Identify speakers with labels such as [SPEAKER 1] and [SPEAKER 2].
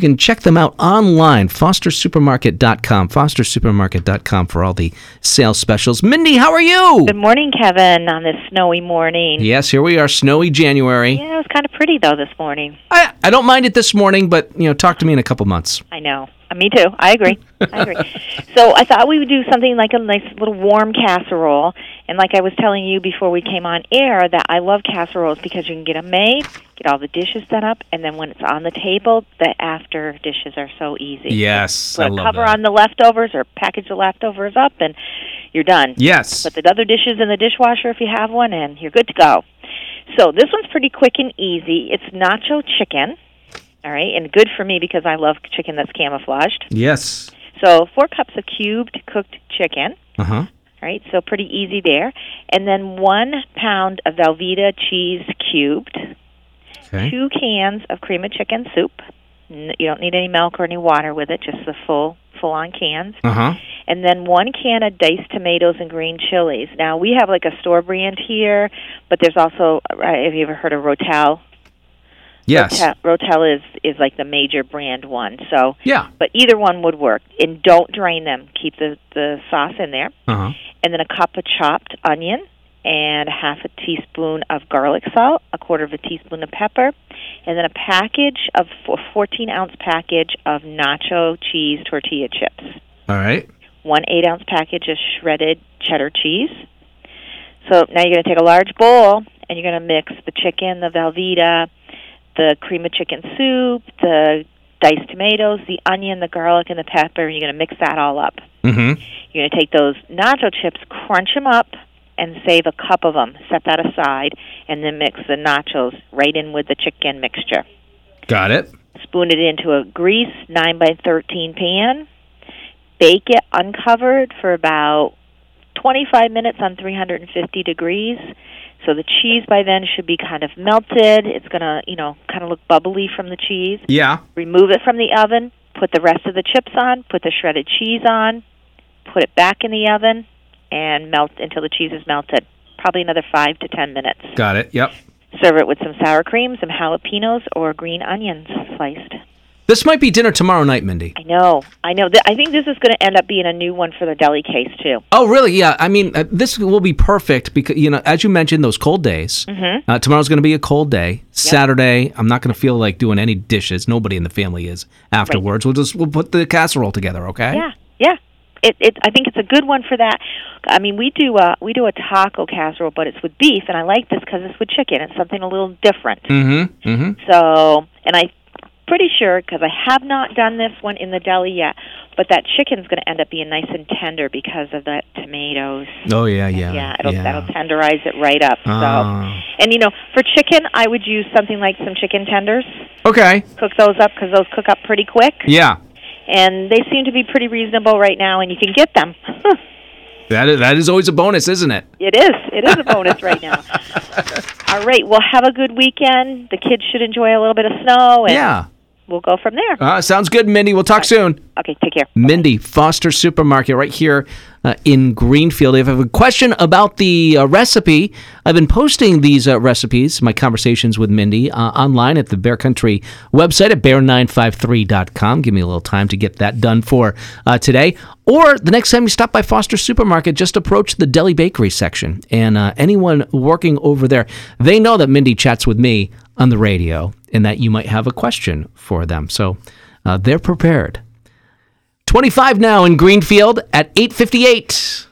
[SPEAKER 1] can check them out online, fostersupermarket.com, fostersupermarket.com for all the sale specials. Mindy, how are you?
[SPEAKER 2] Good morning, Kevin, on this snowy morning.
[SPEAKER 1] Yes, here we are, snowy January.
[SPEAKER 2] Yeah, it was kind of pretty, though, this morning.
[SPEAKER 1] I, I don't mind it this morning, but, you know, talk to me in a couple months.
[SPEAKER 2] I know. Uh, Me too. I agree. I agree. so I thought we would do something like a nice little warm casserole. And like I was telling you before we came on air, that I love casseroles because you can get them made, get all the dishes set up, and then when it's on the table, the after dishes are so easy.
[SPEAKER 1] Yes,
[SPEAKER 2] Put
[SPEAKER 1] I
[SPEAKER 2] a
[SPEAKER 1] love
[SPEAKER 2] cover
[SPEAKER 1] that.
[SPEAKER 2] on the leftovers or package the leftovers up, and you're done.
[SPEAKER 1] Yes.
[SPEAKER 2] Put the other dishes in the dishwasher if you have one, and you're good to go. So this one's pretty quick and easy. It's nacho chicken. All right, and good for me because I love chicken that's camouflaged.
[SPEAKER 1] Yes.
[SPEAKER 2] So, four cups of cubed cooked chicken.
[SPEAKER 1] Uh huh.
[SPEAKER 2] All right, so pretty easy there. And then one pound of Velveeta cheese cubed,
[SPEAKER 1] Okay.
[SPEAKER 2] two cans of cream of chicken soup. N- You don't need any milk or any water with it, just the full full on cans.
[SPEAKER 1] Uh huh.
[SPEAKER 2] And then one can of diced tomatoes and green chilies. Now, we have like a store brand here, but there's also, uh, have you ever heard of Rotel?
[SPEAKER 1] Yes.
[SPEAKER 2] Ta- Rotel is, is like the major brand one. So,
[SPEAKER 1] Yeah.
[SPEAKER 2] but either one would work. And don't drain them. Keep the, the sauce in there.
[SPEAKER 1] Uh huh.
[SPEAKER 2] And then a cup of chopped onion and half a teaspoon of garlic salt, a quarter of a teaspoon of pepper, and then a package of a 14 ounce package of nacho cheese tortilla chips.
[SPEAKER 1] All right.
[SPEAKER 2] One eight ounce package of shredded cheddar cheese. So now you're going to take a large bowl and you're going to mix the chicken, the Velveeta, the cream of chicken soup, the diced tomatoes, the onion, the garlic, and the pepper. You're going to mix that all up.
[SPEAKER 1] Mm hmm.
[SPEAKER 2] You're going to take those nacho chips, crunch them up, and save a cup of them. Set that aside, and then mix the nachos right in with the chicken mixture.
[SPEAKER 1] Got it.
[SPEAKER 2] Spoon it into a grease 9 by 13 pan. Bake it uncovered for about 25 minutes on 350 degrees. So the cheese by then should be kind of melted. It's going to, you know, kind of look bubbly from the cheese.
[SPEAKER 1] Yeah.
[SPEAKER 2] Remove it from the oven, put the rest of the chips on, put the shredded cheese on, put it back in the oven, and melt until the cheese is melted. Probably another five to ten minutes.
[SPEAKER 1] Got it. Yep.
[SPEAKER 2] Serve it with some sour cream, some jalapenos, or green onions sliced.
[SPEAKER 1] This might be dinner tomorrow night, Mindy.
[SPEAKER 2] I know, I know. Th- I think this is going to end up being a new one for the deli case too.
[SPEAKER 1] Oh, really? Yeah. I mean, uh, this will be perfect because you know, as you mentioned, those cold days. Mm-hmm. Uh, tomorrow's going to be a cold day. Saturday, I'm not going to feel like doing any dishes. Nobody in the family is. Afterwards, we'll just we'll put the casserole together. Okay.
[SPEAKER 2] Yeah, yeah. It, it, I think it's a good one for that. I mean, we do a we do a taco casserole, but it's with beef, and I like this because it's with chicken. It's something a little different.
[SPEAKER 1] Mm-hmm. Mm-hmm.
[SPEAKER 2] So, and I'm pretty sure because I have not done this one in the deli yet, but that chicken's going to end up being nice and tender because of the tomatoes.
[SPEAKER 1] Oh yeah, yeah.
[SPEAKER 2] yeah, it'll, that'll tenderize it right up. So,
[SPEAKER 1] Ah.
[SPEAKER 2] and you know, for chicken, I would use something like some chicken tenders.
[SPEAKER 1] okay.
[SPEAKER 2] Cook those up because those cook up pretty quick,
[SPEAKER 1] Yeah.
[SPEAKER 2] and they seem to be pretty reasonable right now, and you can get them.
[SPEAKER 1] That is that is always a bonus, isn't it?
[SPEAKER 2] It is. It is a bonus right now. All right. Well, have a good weekend. The kids should enjoy a little bit of snow, and
[SPEAKER 1] Yeah.
[SPEAKER 2] we'll go from there.
[SPEAKER 1] Uh, sounds good, Mindy. We'll talk soon.
[SPEAKER 2] Okay. Take care.
[SPEAKER 1] Mindy Foster Supermarket right here uh, in Greenfield. If you have a question about the uh, recipe, I've been posting these uh, recipes, my conversations with Mindy, uh, online at the Bear Country website at bear953.com. Give me a little time to get that done for uh, today. Or the next time you stop by Foster Supermarket, just approach the deli bakery section. And uh, anyone working over there, they know that Mindy chats with me on the radio and that you might have a question for them. So uh, they're prepared. 25 now in Greenfield at 858.